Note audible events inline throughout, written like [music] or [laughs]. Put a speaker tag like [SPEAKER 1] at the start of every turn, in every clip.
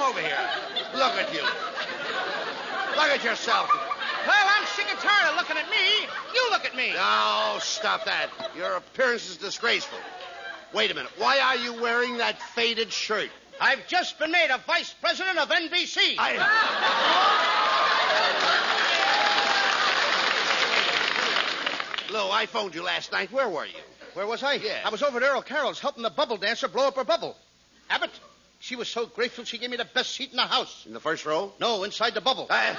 [SPEAKER 1] over here. Look at you. Look at yourself.
[SPEAKER 2] Well, I'm sick and tired of looking at me. You look at me.
[SPEAKER 1] No, stop that. Your appearance is disgraceful. Wait a minute. Why are you wearing that faded shirt?
[SPEAKER 2] I've just been made a vice president of NBC.
[SPEAKER 1] I. Lou, I phoned you last night. Where were you?
[SPEAKER 2] Where was I?
[SPEAKER 1] Yeah.
[SPEAKER 2] I was over at Earl Carroll's helping the bubble dancer blow up her bubble. Abbott, she was so grateful she gave me the best seat in the house.
[SPEAKER 1] In the first row?
[SPEAKER 2] No, inside the bubble.
[SPEAKER 1] I,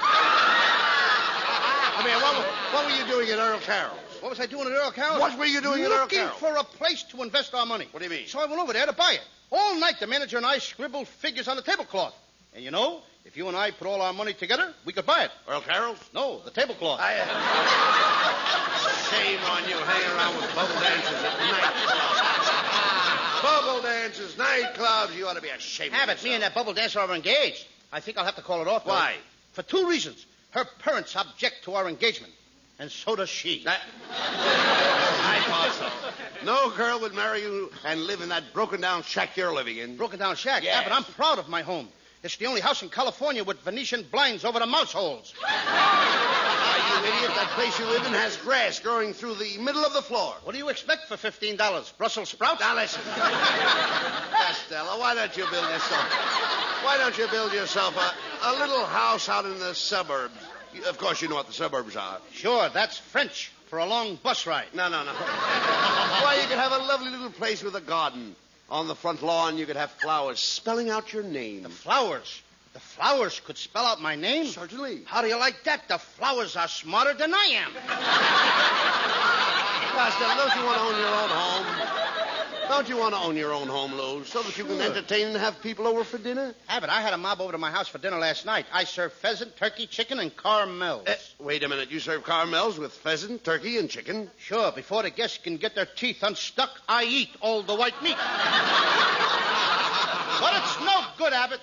[SPEAKER 1] I mean, what, were- what were you doing at Earl Carroll's?
[SPEAKER 2] What was I doing at Earl Carroll's?
[SPEAKER 1] What were you doing at Earl
[SPEAKER 2] Looking
[SPEAKER 1] Carroll's?
[SPEAKER 2] for a place to invest our money.
[SPEAKER 1] What do you mean?
[SPEAKER 2] So I went over there to buy it. All night, the manager and I scribbled figures on the tablecloth. And you know, if you and I put all our money together, we could buy it.
[SPEAKER 1] Earl Carroll's?
[SPEAKER 2] No, the tablecloth.
[SPEAKER 1] I. Shame on you hanging around with bubble dancers at nightclubs. bubble dancers, nightclubs. You ought to be ashamed of
[SPEAKER 2] Abbott, me and that
[SPEAKER 1] yourself.
[SPEAKER 2] bubble dancer are engaged. I think I'll have to call it off. though.
[SPEAKER 1] Why?
[SPEAKER 2] For two reasons. Her parents object to our engagement, and so does she.
[SPEAKER 1] That- I thought so. No girl would marry you and live in that broken down shack you're living in.
[SPEAKER 2] Broken down shack.
[SPEAKER 1] Yes.
[SPEAKER 2] Abbott, I'm proud of my home. It's the only house in California with Venetian blinds over the mouse holes.
[SPEAKER 1] Ah, you idiot. That place you live in has grass growing through the middle of the floor.
[SPEAKER 2] What do you expect for $15? Brussels sprouts?
[SPEAKER 1] Now listen, Costello, why don't you build yourself? Why don't you build yourself a, a little house out in the suburbs? You- Of course, you know what the suburbs are.
[SPEAKER 2] Sure, that's French for a long bus ride.
[SPEAKER 1] No, no, no. why, you could have a lovely little place with a garden. On the front lawn, you could have flowers spelling out your name.
[SPEAKER 2] Flowers. The flowers could spell out my name.
[SPEAKER 1] Certainly.
[SPEAKER 2] How do you like that? The flowers are smarter than I am.
[SPEAKER 1] Costello, don't you want to own your own home? Don't you want to own your own home, Lou, so that you can
[SPEAKER 2] Sure.
[SPEAKER 1] entertain and have people over for dinner?
[SPEAKER 2] Abbott, I had a mob over to my house for dinner last night. I served pheasant, turkey, chicken, and caramels.
[SPEAKER 1] Eh, wait a minute. You serve caramels with pheasant, turkey, and chicken?
[SPEAKER 2] Sure, before the guests can get their teeth unstuck, I eat all the white
[SPEAKER 1] [laughs]
[SPEAKER 2] meat. but it's no good, Abbott.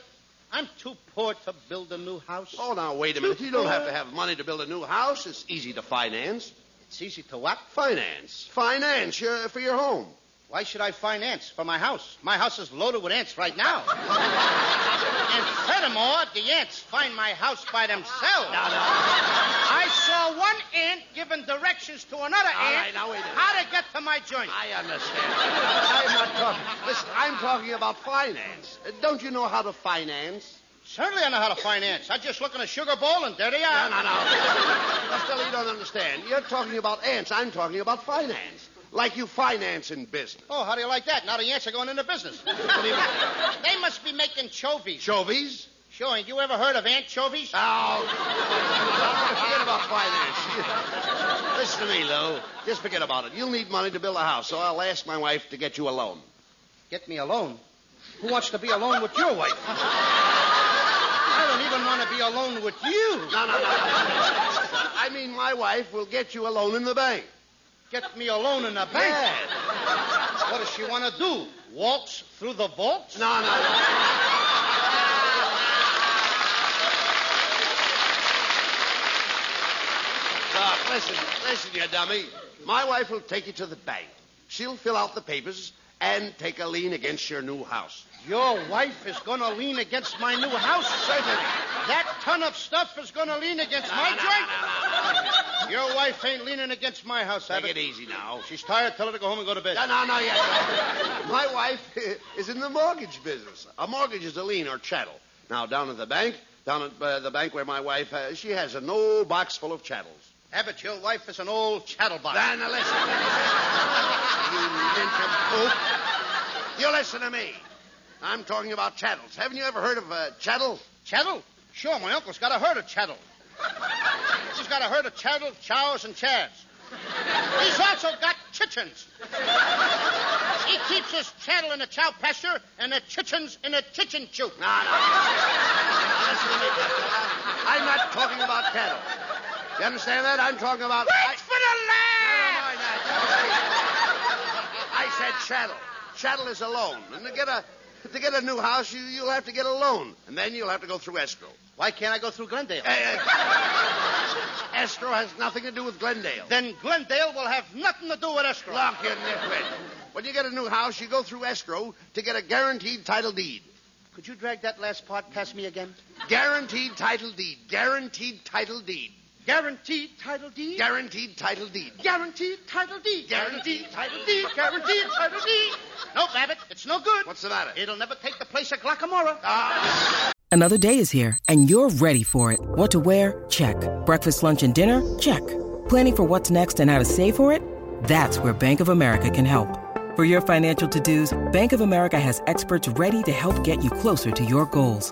[SPEAKER 2] I'm too poor to build a new house.
[SPEAKER 1] Oh, now, wait a minute. You don't have to have money to build a new house. It's easy to finance.
[SPEAKER 2] It's easy to what?
[SPEAKER 1] Finance. Finance your, for your home.
[SPEAKER 2] Why should I find ants for my house? My house is loaded with ants right
[SPEAKER 1] [laughs]
[SPEAKER 2] now. and furthermore, the ants find my house by themselves. I saw one ant giving directions to another
[SPEAKER 1] All
[SPEAKER 2] ant
[SPEAKER 1] right, now wait a minute.
[SPEAKER 2] how to get to my joint.
[SPEAKER 1] I understand. I'm not talking. Listen, I'm talking about finance. Uh, Don't you know how to finance?
[SPEAKER 2] Certainly I know how to find ants. I just look in a sugar bowl and there they
[SPEAKER 1] No,
[SPEAKER 2] are.
[SPEAKER 1] no, no. Costello, you don't understand. You're talking about ants. I'm talking about finance. Like you finance in business.
[SPEAKER 2] Oh, how do you like that? Now the ants are going into
[SPEAKER 1] [laughs]
[SPEAKER 2] business. they must be making chovies.
[SPEAKER 1] Jovies?
[SPEAKER 2] Sure, ain't you ever heard of anchovies?
[SPEAKER 1] Oh, forget about finance. Listen to me, Lou. Just forget about it. You'll need money to build a house, so I'll ask my wife to get you a loan.
[SPEAKER 2] Get me alone. Who wants to be alone with your wife? I don't even want to be alone with you.
[SPEAKER 1] No, no, no. I mean, my wife will get you a loan in the bank.
[SPEAKER 2] Get me alone in the bank. What does she want to do? Waltz through the vaults?
[SPEAKER 1] No, no, no. Doc, listen, listen, you dummy. My wife will take you to the bank. She'll fill out the papers and take a lien against your new house.
[SPEAKER 2] Your wife is going to lean against my new house, certainly. That ton of stuff is going to lean against my joint. Your wife ain't leaning against my house,
[SPEAKER 1] Take
[SPEAKER 2] Abbott.
[SPEAKER 1] it easy now.
[SPEAKER 2] She's tired. Tell her to go home and go to bed.
[SPEAKER 1] No, no, no, yes. My wife [laughs] is in the mortgage business. A mortgage is a lien or chattel. Now, down at the bank, down at uh, the bank where my wife, uh, she has an old box full of chattels.
[SPEAKER 2] Abbott, your wife is an old chattelbox.
[SPEAKER 1] Then listen. you nincompoop. You listen to me. I'm talking about chattels. Haven't you ever heard of uh, chattel?
[SPEAKER 2] Chattel? Sure, my uncle's got a herd of chattel. He's got a herd of chattel, chows, and chads. He's also got chickens. He keeps his chattel in the chow pasture and the chickens in the chicken coop.
[SPEAKER 1] No, no. listen to me. I'm not talking about cattle. You understand that? I'm talking about. I-
[SPEAKER 2] Thanks for the laugh!
[SPEAKER 1] Never mind that. I said chattel. Chattel is a loan. And to get a to get a new house, you, you'll have to get a loan. And then you'll have to go through escrow.
[SPEAKER 2] Why can't I go through Glendale?
[SPEAKER 1] Eh, eh, escrow has nothing to do with Glendale.
[SPEAKER 2] Then Glendale will have nothing to do with escrow.
[SPEAKER 1] Look, you nitwit. When you get a new house, you go through escrow to get a guaranteed title deed.
[SPEAKER 2] Could you drag that last part past me again?
[SPEAKER 1] Guaranteed title deed. Guaranteed title deed.
[SPEAKER 2] Guaranteed title deed?
[SPEAKER 1] Guaranteed title deed.
[SPEAKER 2] Guaranteed title deed. Guaranteed title deed. Guaranteed title deed. No, Babbitt, it's no good.
[SPEAKER 1] What's the matter? Ah.
[SPEAKER 2] It'll never take the place of Glockamora.
[SPEAKER 3] Another day is here, and you're ready for it. What to wear? Check. Breakfast, lunch, and dinner? Check. Planning for what's next and how to save for it? That's where Bank of America can help. For your financial to-dos, Bank of America has experts ready to help get you closer to your goals.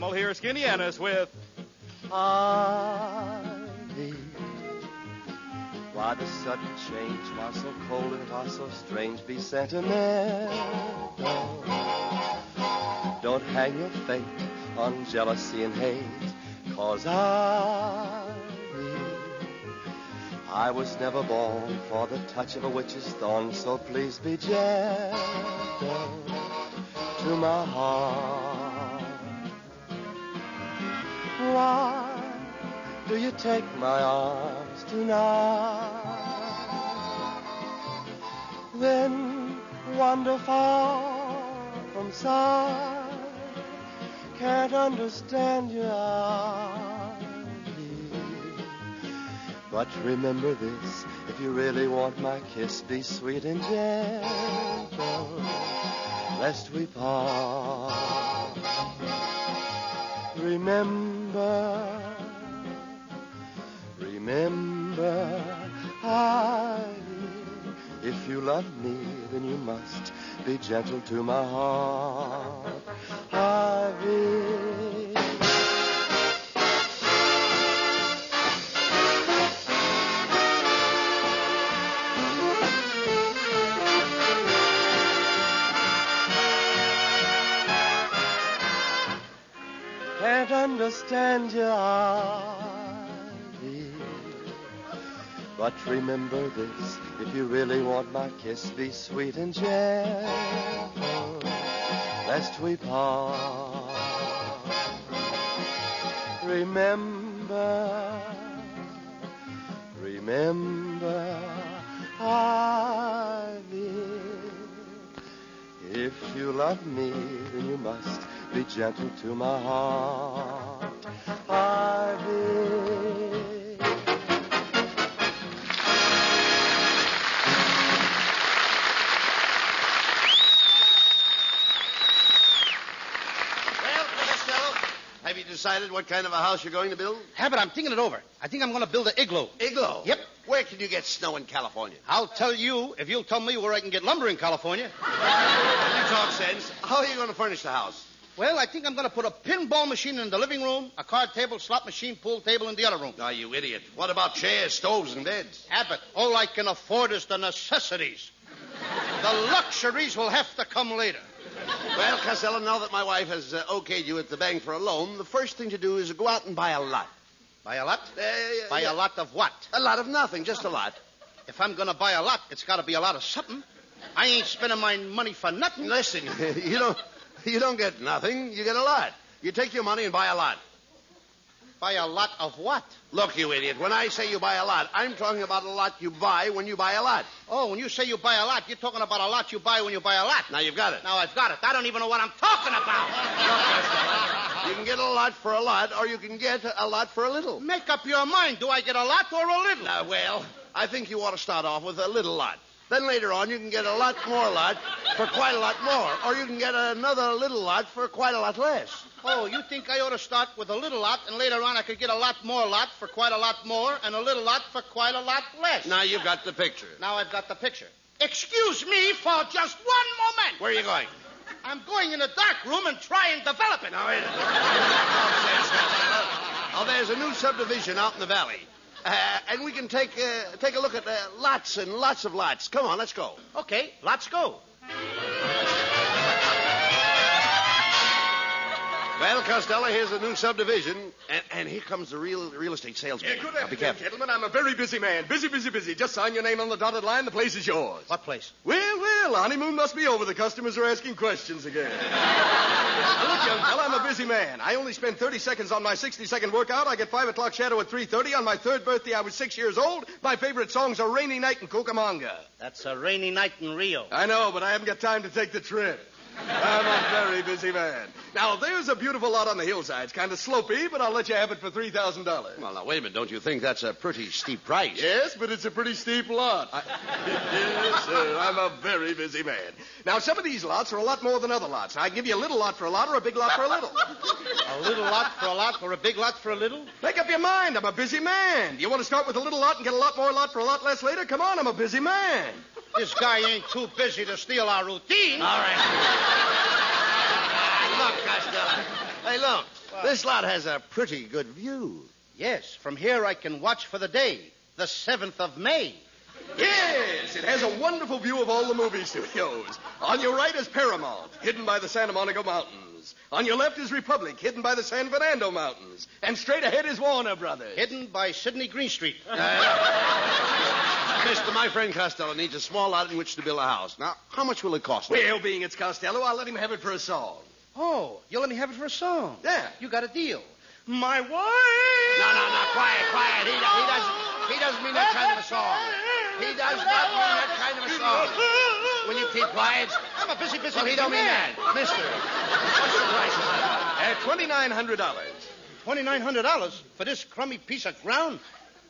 [SPEAKER 4] Well, here's Skinnianis with
[SPEAKER 5] Ivy. Why the sudden change? Why so cold and why so strange? Be sentimental. Don't hang your fate on jealousy and hate. Cause Ivy, I was never born for the touch of a witch's thorn. So please be gentle to my heart. Why do you take my arms tonight? Then wander far from sight. Can't understand your eyes. But remember this, if you really want my kiss, be sweet and gentle, lest we part. Remember, remember, Ivy. If you love me, then you must be gentle to my heart, Ivy. Can't understand your ivy. But remember this, if you really want my kiss, be sweet and gentle, lest we part. Remember, remember, ivy. If you love me, then you must be gentle to my heart. Ivy.
[SPEAKER 1] Well, Costello, have you decided what kind of a house you're going to build?
[SPEAKER 2] Habit, I'm thinking it over. I think I'm going to build an igloo.
[SPEAKER 1] Igloo.
[SPEAKER 2] Yep.
[SPEAKER 1] Where can you get snow in California?
[SPEAKER 2] I'll tell you if you'll tell me where I can get lumber in California.
[SPEAKER 1] You talk sense. How are you going to furnish the house?
[SPEAKER 2] Well, I think I'm going to put a pinball machine in the living room, a card table, slot machine, pool table in the other room.
[SPEAKER 1] Ah, you idiot. What about chairs, stoves, and beds?
[SPEAKER 2] Abbott, all I can afford is the necessities. The luxuries will have to come later.
[SPEAKER 1] Well, Costello, now that my wife has uh, okayed you at the bank for a loan, the first thing to do is go out and buy a lot. Uh,
[SPEAKER 2] Buy a lot?
[SPEAKER 1] yeah,
[SPEAKER 2] buy
[SPEAKER 1] yeah.
[SPEAKER 2] a lot of what?
[SPEAKER 1] A lot of nothing, just a lot.
[SPEAKER 2] If I'm going to buy a lot, it's got to be a lot of something. I ain't spending my money for nothing.
[SPEAKER 1] Listen, [laughs] you don't, you don't get nothing. You get a lot. You take your money and buy a lot.
[SPEAKER 2] Buy a lot of what?
[SPEAKER 1] Look, you idiot. When I say you buy a lot, I'm talking about a lot you buy when you buy a lot.
[SPEAKER 2] Oh, when you say you buy a lot, you're talking about a lot you buy when you buy a lot.
[SPEAKER 1] Now you've got it.
[SPEAKER 2] Now I've got it. I don't even know what I'm talking about.
[SPEAKER 1] You can get a lot for a lot, or you can get a lot for a little.
[SPEAKER 2] Make up your mind. Do I get a lot or a little?
[SPEAKER 1] Now, well, I think you ought to start off with a little lot. Then later on, you can get a lot more lot for quite a lot more, or you can get another little lot for quite a lot less.
[SPEAKER 2] Oh, you think I ought to start with a little lot, and later on I could get a lot more lot for quite a lot more, and a little lot for quite a lot less.
[SPEAKER 1] Now you've got the picture.
[SPEAKER 2] Now I've got the picture. Excuse me for just one moment.
[SPEAKER 1] Where are you going?
[SPEAKER 4] I'm going in a dark room and try and develop it.
[SPEAKER 1] Now, wait a minute. Oh, there's a new subdivision out in the valley. Uh, and we can take uh, take a look at uh, lots and lots of lots. Come on, let's go.
[SPEAKER 4] Okay, let's go.
[SPEAKER 1] Well, Costello, here's the new subdivision, and, and here comes the real real estate salesman.
[SPEAKER 6] Yeah, good
[SPEAKER 1] Now, be
[SPEAKER 6] afternoon,
[SPEAKER 1] careful.
[SPEAKER 6] gentlemen. I'm a very busy man. Busy, busy, busy. Just sign your name on the dotted line. The place is yours.
[SPEAKER 4] What place?
[SPEAKER 6] Well, well, honeymoon must be over. The customers are asking questions again. Now, Look, young fella, I'm a busy man. I only spend 30 seconds on my 60-second workout. I get 5 o'clock shadow at 3.30. On my third birthday, I was 6 years old. My favorite songs are Rainy Night and Cucamonga.
[SPEAKER 4] That's a rainy night in Rio.
[SPEAKER 6] I know, but I haven't got time to take the trip. I'm a very busy man. Now, there's a beautiful lot on the hillside. It's kind of slopey, but I'll let you have it for $3,000.
[SPEAKER 1] Well, now wait a minute. Don't you think that's a pretty steep price?
[SPEAKER 6] Yes, but it's a pretty steep lot. [laughs] yes, sir. I'm a very busy man. Now, some of these lots are a lot more than other lots. I give you a little lot for a lot or a big lot for a little.
[SPEAKER 4] A little lot for a lot, or a big lot for a little?
[SPEAKER 6] Make up your mind. I'm a busy man. Do you want to start with a little lot and get a lot more lot for a lot less later? Come on, I'm a busy man.
[SPEAKER 4] This guy ain't too busy to steal our routine.
[SPEAKER 1] All right. look, Costello. Hey, look. This lot has a pretty good view.
[SPEAKER 4] Yes, from here I can watch for the day, the 7th of May.
[SPEAKER 6] Yes, it has a wonderful view of all the movie studios. On your right is Paramount, hidden by the Santa Monica Mountains. On your left is Republic, hidden by the San Fernando Mountains. And straight ahead is Warner Brothers.
[SPEAKER 4] Hidden by Sidney Greenstreet.
[SPEAKER 1] Mister, my friend Costello needs a small lot in which to build a house. Now, how much will it cost? me?
[SPEAKER 6] Well, being it's Costello, I'll let him have it for a song.
[SPEAKER 4] Oh, you'll let me have it for a song.
[SPEAKER 6] Yeah.
[SPEAKER 4] You got a deal. My wife.
[SPEAKER 1] No, no, no, quiet, quiet. He, do- he doesn't. He doesn't mean that kind of a song. He does not mean that kind of a song. Will you keep quiet?
[SPEAKER 4] I'm a busy, busy
[SPEAKER 1] Well, he don't mean
[SPEAKER 4] man.
[SPEAKER 1] that, Mister. What's the price of that?
[SPEAKER 6] At $2,900.
[SPEAKER 4] $2,900 for this crummy piece of ground?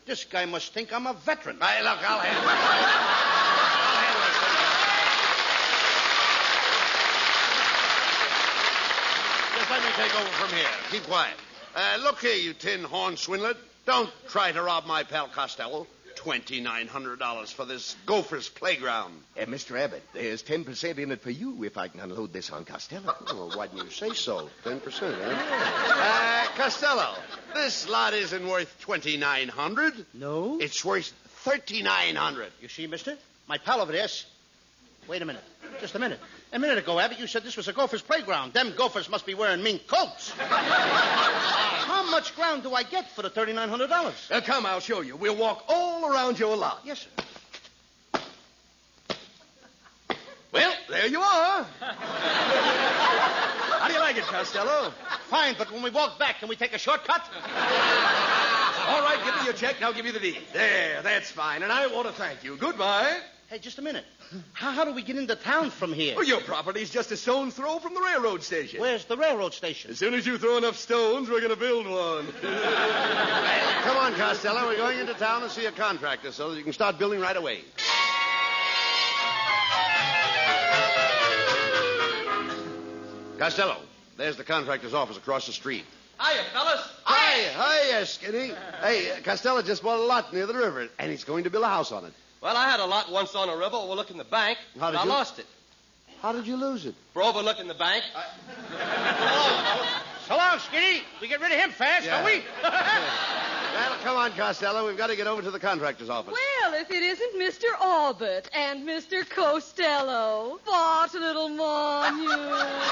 [SPEAKER 4] This guy must think I'm a veteran.
[SPEAKER 1] Hey, look, I'll handle it. I'll handle it. Just let me take over from here. Keep quiet. Uh, look here, you tin horn swindler. Don't try to rob my pal Costello. $2,900 for this gopher's playground.
[SPEAKER 6] Mr. Uh, Abbott, there's 10% in it for you if I can unload this on Costello.
[SPEAKER 1] Well, why didn't you say so? Ten percent,
[SPEAKER 6] [laughs]
[SPEAKER 1] huh? Uh, Costello, this lot isn't worth twenty nine hundred.
[SPEAKER 4] No?
[SPEAKER 1] It's worth thirty nine hundred.
[SPEAKER 4] You see, mister? My pal over there's. Wait a minute. Just a minute. A minute ago, Abbott, you said this was a gopher's playground. Them gophers must be wearing mink
[SPEAKER 6] [laughs]
[SPEAKER 4] coats. How much ground do I get for the $3,900?
[SPEAKER 6] Uh, come, I'll show you. We'll walk all around your lot.
[SPEAKER 4] Yes, sir.
[SPEAKER 6] Well, there you are. How do you like it, Costello?
[SPEAKER 4] Fine, but when we walk back, can we take a shortcut?
[SPEAKER 6] All right, give me your check, and I'll give you the deed. There, that's fine, and I want to thank you. Goodbye.
[SPEAKER 4] Hey, just a minute. How, how do we get into town from here?
[SPEAKER 6] Oh, your property's just a stone's throw from the railroad station.
[SPEAKER 4] Where's the railroad station?
[SPEAKER 6] As soon as you throw enough stones, we're going to build one.
[SPEAKER 1] Come on, Costello. We're going into town to see a contractor so that you can start building right away. Costello, there's the contractor's office across the street.
[SPEAKER 6] Hiya, fellas.
[SPEAKER 1] Hi, hiya, Skinny. Hey, uh, Costello just bought a lot near the river, and he's going to build a house on it.
[SPEAKER 6] Well, I had a lot once on a river overlooking the bank,
[SPEAKER 1] How did
[SPEAKER 6] but I
[SPEAKER 1] you-
[SPEAKER 6] lost it
[SPEAKER 1] How did you lose it?
[SPEAKER 6] for overlooking the bank.
[SPEAKER 4] [laughs] So long, Skinny. We get rid of him fast,
[SPEAKER 1] Yeah.
[SPEAKER 4] don't we?
[SPEAKER 6] [laughs]
[SPEAKER 1] Well, come on, Costello. We've got to get over to the contractor's office.
[SPEAKER 2] Well, if it isn't Mr. Albert and Mr. Costello, what little mon you. Oh,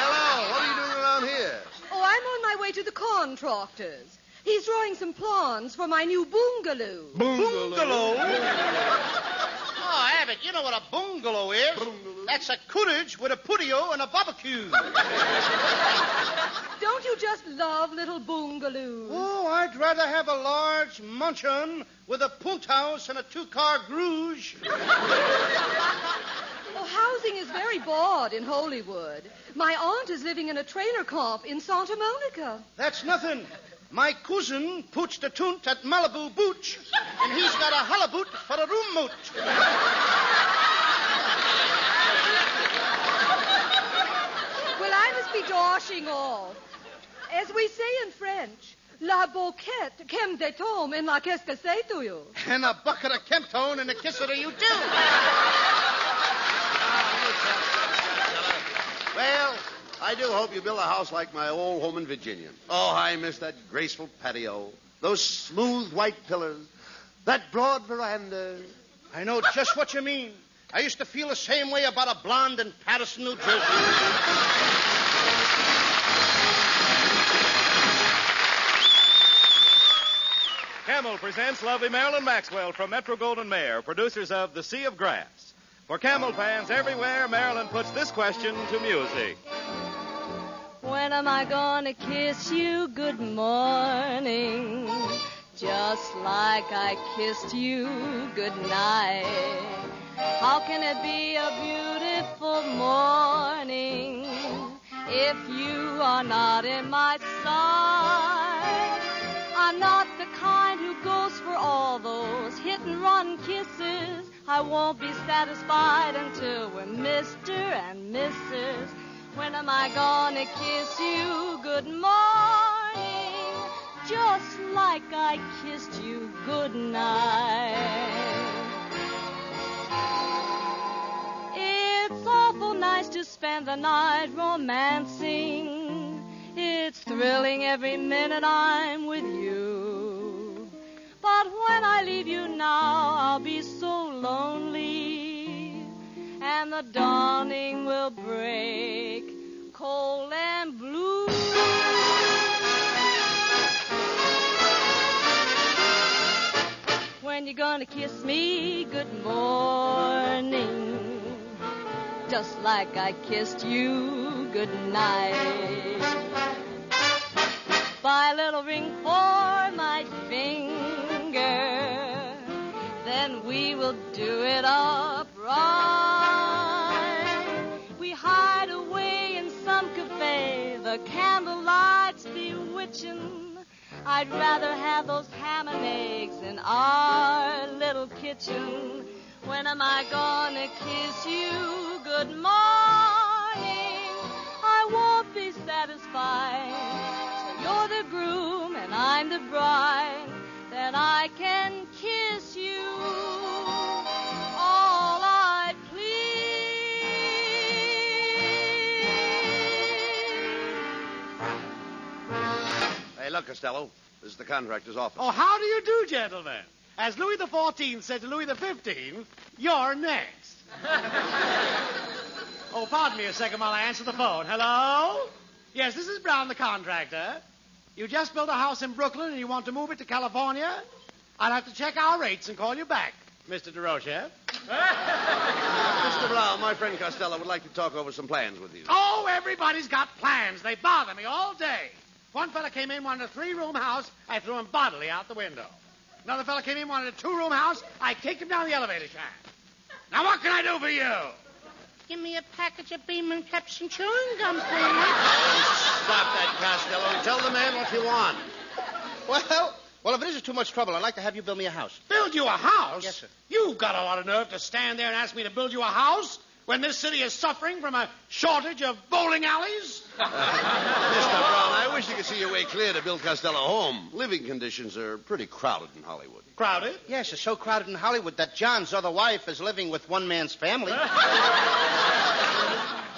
[SPEAKER 1] Hello. What are you doing around here?
[SPEAKER 2] I'm on my way to the contractor's. He's drawing some plans for my new bungalow.
[SPEAKER 4] [laughs] Oh, Abbott, you know what a bungalow is. That's a cottage with a putio and a barbecue.
[SPEAKER 2] Don't you just love little bungalows?
[SPEAKER 4] oh, I'd rather have a large mansion with a punt house and a two-car garage.
[SPEAKER 2] Oh, housing is very bored in Hollywood. My aunt is living in a trailer camp in Santa Monica.
[SPEAKER 4] That's nothing. My cousin pooched a toont at Malibu Beach, and he's got a hullaboot for a room moot.
[SPEAKER 2] Well, I must be dashing off. As we say in French, la boquette quem des tomes en la qu'est-ce que c'est to you?
[SPEAKER 4] And a bucket of Kemptone and a kiss of you do.
[SPEAKER 1] Look, Costello. I do hope you build a house like my old home in Virginia. Oh, I miss that graceful patio, those smooth white pillars, that broad veranda.
[SPEAKER 2] I know just what you mean. I used to feel the same way about a blonde in Patterson, New Jersey.
[SPEAKER 6] Camel presents lovely Marilyn Maxwell from Metro Golden Mayer, producers of The Sea of Grass. For Camel fans everywhere, Marilyn puts this question to music.
[SPEAKER 7] When am I gonna kiss you good morning? Just like I kissed you good night. How can it be a beautiful morning if you are not in my sight? I'm not the kind who goes for all those hit and run kisses. I won't be satisfied until we're Mr. and Mrs. When am I gonna kiss you good morning? Just like I kissed you good night. It's awful nice to spend the night romancing. It's thrilling every minute I'm with you. But when I leave you now, I'll be so lonely. And the dawning will break cold and blue. When you gonna kiss me good morning? Just like I kissed you good night. Buy a little ring for my finger, then we will do it up right. We hide away in some cafe, the candlelight's bewitching. I'd rather have those ham and eggs in our little kitchen. When am I gonna kiss you good morning? I won't be satisfied. So you're the groom and I'm the bride. Then I can kiss you all I please.
[SPEAKER 1] Hey, look, Costello. This is the contractor's office.
[SPEAKER 8] Oh, how do you do, gentlemen? As Louis the Fourteenth said to Louis the Fifteenth, you're
[SPEAKER 1] [laughs]
[SPEAKER 8] next. oh, pardon me a second while I answer the phone. Hello? Yes, this is Brown, the contractor. You just built a house in Brooklyn and you want to move it to California? I'll have to check our rates and call you back, Mr.
[SPEAKER 1] [laughs]
[SPEAKER 8] DeRoche.
[SPEAKER 1] Mr. Brown, my friend Costello would like to talk over some plans with you.
[SPEAKER 8] Oh, everybody's got plans. They bother me all day. One fella came in, wanted a three room house. I threw him bodily out the window. Another fella came in, wanted a two room house. I kicked him down the elevator shaft. Now, what can I do for you?
[SPEAKER 2] Give me a package of Beeman caps and chewing gum, please.
[SPEAKER 1] Stop that, Costello. Tell the man what you want.
[SPEAKER 2] Well, well, if it isn't too much trouble, I'd like to have you build me a
[SPEAKER 1] [laughs]
[SPEAKER 2] house.
[SPEAKER 8] Build you a house?
[SPEAKER 2] Yes, sir.
[SPEAKER 8] You've got a lot of nerve to stand there and ask me to build you a house when this city is suffering from a shortage of bowling alleys?
[SPEAKER 1] Mr. Brown, I wish you could see your way clear to Bill Costello home. Living conditions are pretty crowded in Hollywood.
[SPEAKER 8] Crowded?
[SPEAKER 2] Yes, it's so crowded in Hollywood that John's other wife is living with one man's
[SPEAKER 8] [laughs]
[SPEAKER 2] family.
[SPEAKER 8] Well,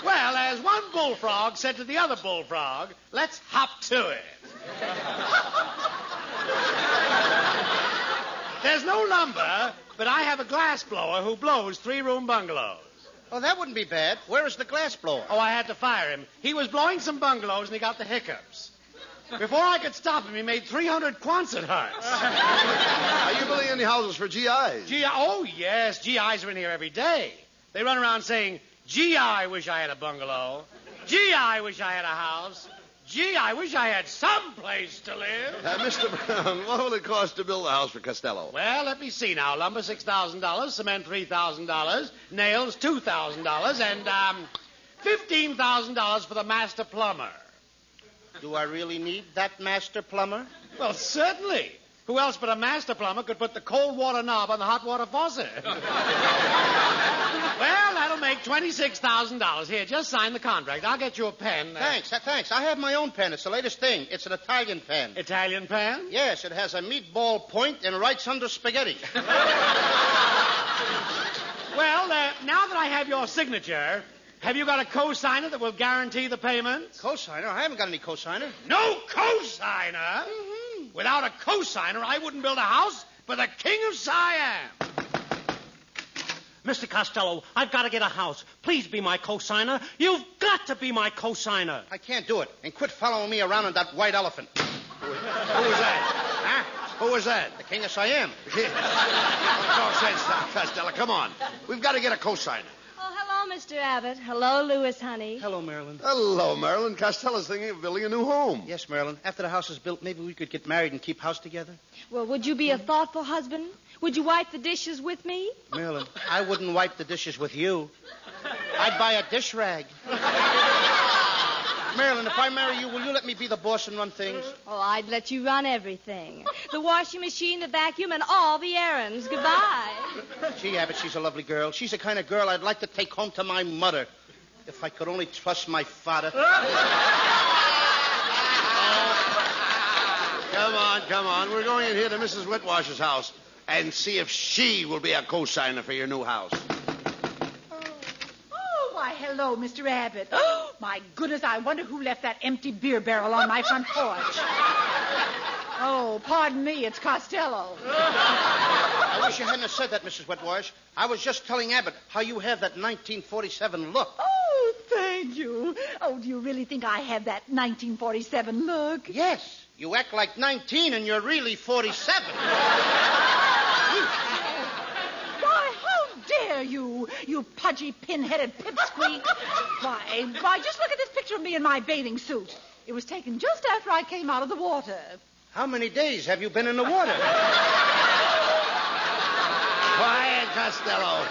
[SPEAKER 8] as one bullfrog said to the other bullfrog, let's hop to
[SPEAKER 1] [laughs]
[SPEAKER 8] it. There's no lumber, but I have a glass blower who blows three room bungalows.
[SPEAKER 2] oh, that wouldn't be bad. Where is the glass blower?
[SPEAKER 8] Oh, I had to fire him. He was blowing some bungalows and he got the hiccups. Before I could stop him, he made 300 Quonset
[SPEAKER 1] [laughs]
[SPEAKER 8] huts.
[SPEAKER 1] Are you building any houses for GIs?
[SPEAKER 8] G- oh, yes, GIs are in here every day. They run around saying, Gee, I wish I had a bungalow. Gee, I wish I had a house. Gee, I wish I had some place to live.
[SPEAKER 1] Uh, Mr. Brown, [laughs] what will it cost to build a house for Costello?
[SPEAKER 8] Well, let me see now. Lumber six thousand dollars, cement three thousand dollars, nails two thousand dollars, and um, fifteen thousand dollars for the master plumber.
[SPEAKER 2] Do I really need that master plumber?
[SPEAKER 8] Well, certainly. Who else but a master plumber could put the cold water knob on the hot
[SPEAKER 2] [laughs]
[SPEAKER 8] water faucet? well, that'll make twenty-six thousand dollars. Here, just sign the contract. I'll get you a pen. Uh,
[SPEAKER 2] Thanks, uh, thanks. I have my own pen. It's the latest thing. It's an Italian pen.
[SPEAKER 8] Italian pen.
[SPEAKER 2] Yes, it has a meatball point and writes under spaghetti.
[SPEAKER 8] Well, uh, now that I have your signature, Have you got a cosigner that will guarantee the payments?
[SPEAKER 2] Cosigner? I haven't got any cosigner.
[SPEAKER 8] No cosigner?
[SPEAKER 9] Mm-hmm.
[SPEAKER 8] Without a cosigner, I wouldn't build a house for the king of Siam.
[SPEAKER 9] Mr. Costello, I've got to get a house. Please be my cosigner. You've got to be my cosigner.
[SPEAKER 2] I can't do it. And quit following me around on that white
[SPEAKER 1] [laughs]
[SPEAKER 2] elephant.
[SPEAKER 8] Who was that?
[SPEAKER 2] Huh?
[SPEAKER 1] Who was that?
[SPEAKER 2] The king of Siam.
[SPEAKER 1] Nonsense now, Costello. Come on. We've got to get a cosigner.
[SPEAKER 7] Oh, hello, Mr. Abbott. Hello, Louis, honey.
[SPEAKER 2] Hello, Marilyn.
[SPEAKER 1] Hello, Marilyn. Costello's thinking of building a new home.
[SPEAKER 2] Yes, Marilyn. After the house is built, maybe we could get married and keep house together.
[SPEAKER 7] Well, would you be a thoughtful husband? Would you wipe the dishes with me?
[SPEAKER 2] Marilyn, I wouldn't wipe the dishes with you. I'd buy a dish rag. Marilyn, if I marry you, will you let me be the boss and run things?
[SPEAKER 7] Oh, I'd let you run everything the washing machine, the vacuum, and all the errands. Goodbye.
[SPEAKER 2] Gee, Abbott, she's a lovely girl. She's the kind of girl I'd like to take home to my mother. If I could only trust my father.
[SPEAKER 1] Come on, come on. We're going in here to Mrs. Whitwash's house and see if she will be a cosigner for your new house.
[SPEAKER 10] Oh, why, hello, Mr. Abbott. [gasps] Oh, my goodness, I wonder who left that empty beer barrel on my front porch. Oh, pardon me, it's Costello.
[SPEAKER 2] I wish you hadn't have said that, Mrs. Wetwash. I was just telling Abbott how you have that 1947 look.
[SPEAKER 10] Oh, thank you. Oh, do you really think I have that 1947 look?
[SPEAKER 2] Yes, you act like 19 and you're really 47.
[SPEAKER 10] Why, how dare you, you pudgy, pin-headed pipsqueak. why, why, just look at this picture of me in my bathing suit. It was taken just after I came out of the water.
[SPEAKER 2] How many days have you been in the water?
[SPEAKER 1] Quiet, Costello.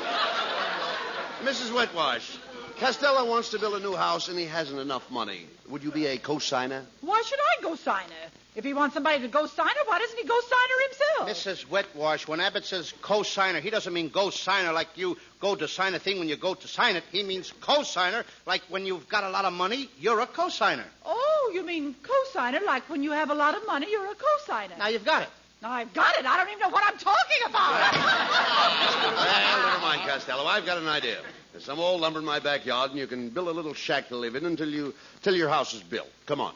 [SPEAKER 1] Mrs. Whitwash, Costello wants to build a new house and he hasn't enough money. Would you be a cosigner?
[SPEAKER 10] Why should I go sign her? If he wants somebody to go sign her, why doesn't he go sign her himself?
[SPEAKER 2] Mrs. Wetwash, when Abbott says co-signer, he doesn't mean go-signer like you go to sign a thing when you go to sign it. He means co-signer like when you've got a lot of money, you're a co-signer.
[SPEAKER 10] Oh, you mean co-signer, like when you have a lot of money, you're a co-signer.
[SPEAKER 2] Now you've got it.
[SPEAKER 10] Now I've got it. I don't even know what I'm talking about.
[SPEAKER 1] Well, never mind, Costello. I've got an idea. There's some old lumber in my backyard, and you can build a little shack to live in until you till your house is built. Come on.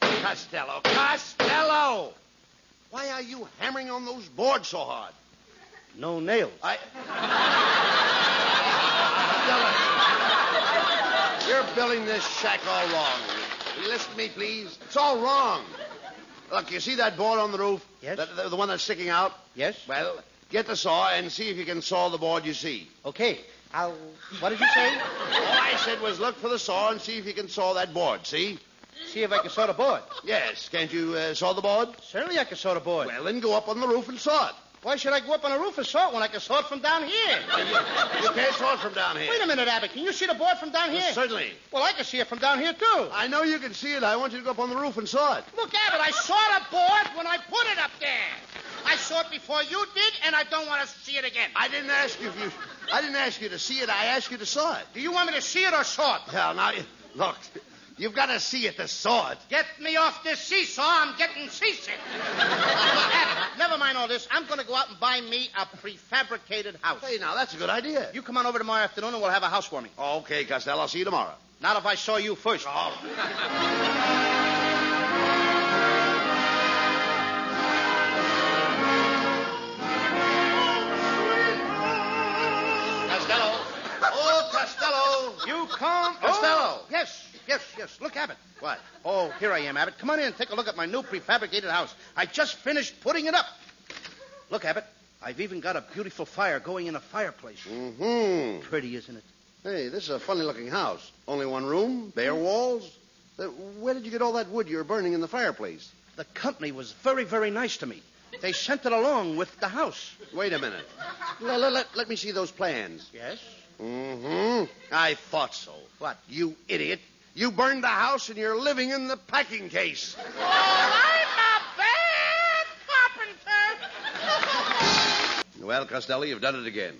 [SPEAKER 1] Costello, Costello! Why are you hammering on those boards so hard?
[SPEAKER 2] No nails.
[SPEAKER 1] I. You're building this shack all wrong. Will you Listen to me, please. It's all wrong. Look, you see that board on the roof?
[SPEAKER 2] Yes.
[SPEAKER 1] That- the, the one that's sticking out?
[SPEAKER 2] Yes.
[SPEAKER 1] Well, get the saw and see if you can saw the board you see.
[SPEAKER 2] Okay. I'll. What did you say?
[SPEAKER 1] All I said was look for the saw and see if you can saw that board. See?
[SPEAKER 2] See if I can saw the board.
[SPEAKER 1] Yes. Can't you uh, saw the board?
[SPEAKER 2] Certainly I can saw the board.
[SPEAKER 1] Well, then go up on the roof and saw it.
[SPEAKER 2] Why should I go up on a roof and saw it when I can saw it from down here?
[SPEAKER 1] You can't saw it from down here.
[SPEAKER 2] Wait a minute, Abbott. Can you see the board from down here?
[SPEAKER 1] Certainly.
[SPEAKER 2] Well, I can see it from down here, too.
[SPEAKER 1] I know you can see it. I want you to go up on the roof and saw it.
[SPEAKER 2] Look, Abbott, I saw the board when I put it up there. I saw it before you did, and I don't want to see it again.
[SPEAKER 1] I didn't ask you if you. I didn't ask you to see it. I asked you to saw it.
[SPEAKER 2] Do you want me to see it or saw it?
[SPEAKER 1] Well, now, you- look, you've got to see it to saw it.
[SPEAKER 2] Get me off this seesaw. I'm getting seasick. Look, Abbott, never mind all this. I'm going to go out and buy me a prefabricated house.
[SPEAKER 1] Hey, now, that's a good idea.
[SPEAKER 2] You come on over tomorrow afternoon, and we'll have a housewarming.
[SPEAKER 1] Okay, Costello, I'll see you tomorrow. Oh.
[SPEAKER 2] Not if I saw you first. [laughs]
[SPEAKER 1] Costello. Oh, Costello.
[SPEAKER 2] You come.
[SPEAKER 1] Costello.
[SPEAKER 2] Oh, yes, yes, yes. Look, Abbott. What? Oh, here I am, Abbott. Come on in and take a look at my new prefabricated house. I just finished putting it up. Look, Abbott, I've even got a beautiful fire going in a fireplace.
[SPEAKER 1] Mm-hmm.
[SPEAKER 2] Pretty, isn't it?
[SPEAKER 1] Hey, this is a funny-looking house. Only one room, bare walls. Uh, Where did you get all that wood you're burning in the fireplace?
[SPEAKER 2] The company was very, very nice to me. They sent it along with the house.
[SPEAKER 1] Wait a minute. Let, let, let, let me see those plans.
[SPEAKER 2] Yes?
[SPEAKER 1] Mm-hmm. I thought so.
[SPEAKER 2] What?
[SPEAKER 1] You idiot. You burned the house and you're living in the packing case. Well, Costello, you've done it again.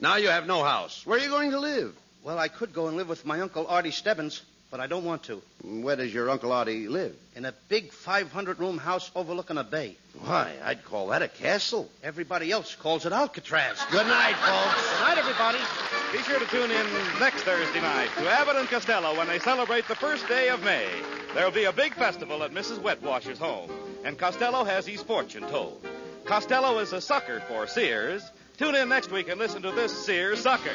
[SPEAKER 1] Now you have no house. Where are you going to live?
[SPEAKER 2] Well, I could go and live with my uncle Artie Stebbins, but
[SPEAKER 11] but I don't want to.
[SPEAKER 1] Where does your Uncle Artie live?
[SPEAKER 11] In a big 500 room house overlooking a bay.
[SPEAKER 1] Why, I'd call that a castle.
[SPEAKER 11] Everybody else calls it Alcatraz.
[SPEAKER 1] Good night, folks.
[SPEAKER 11] Good night, everybody.
[SPEAKER 6] Be sure to tune in next Thursday night to Abbott and Costello when they celebrate the first day of May. There'll be a big festival at Mrs. Wetwash's
[SPEAKER 1] Oh,
[SPEAKER 6] home, and Costello has his fortune told. Costello is a sucker for Sears. Tune in next week and listen to this Sears sucker.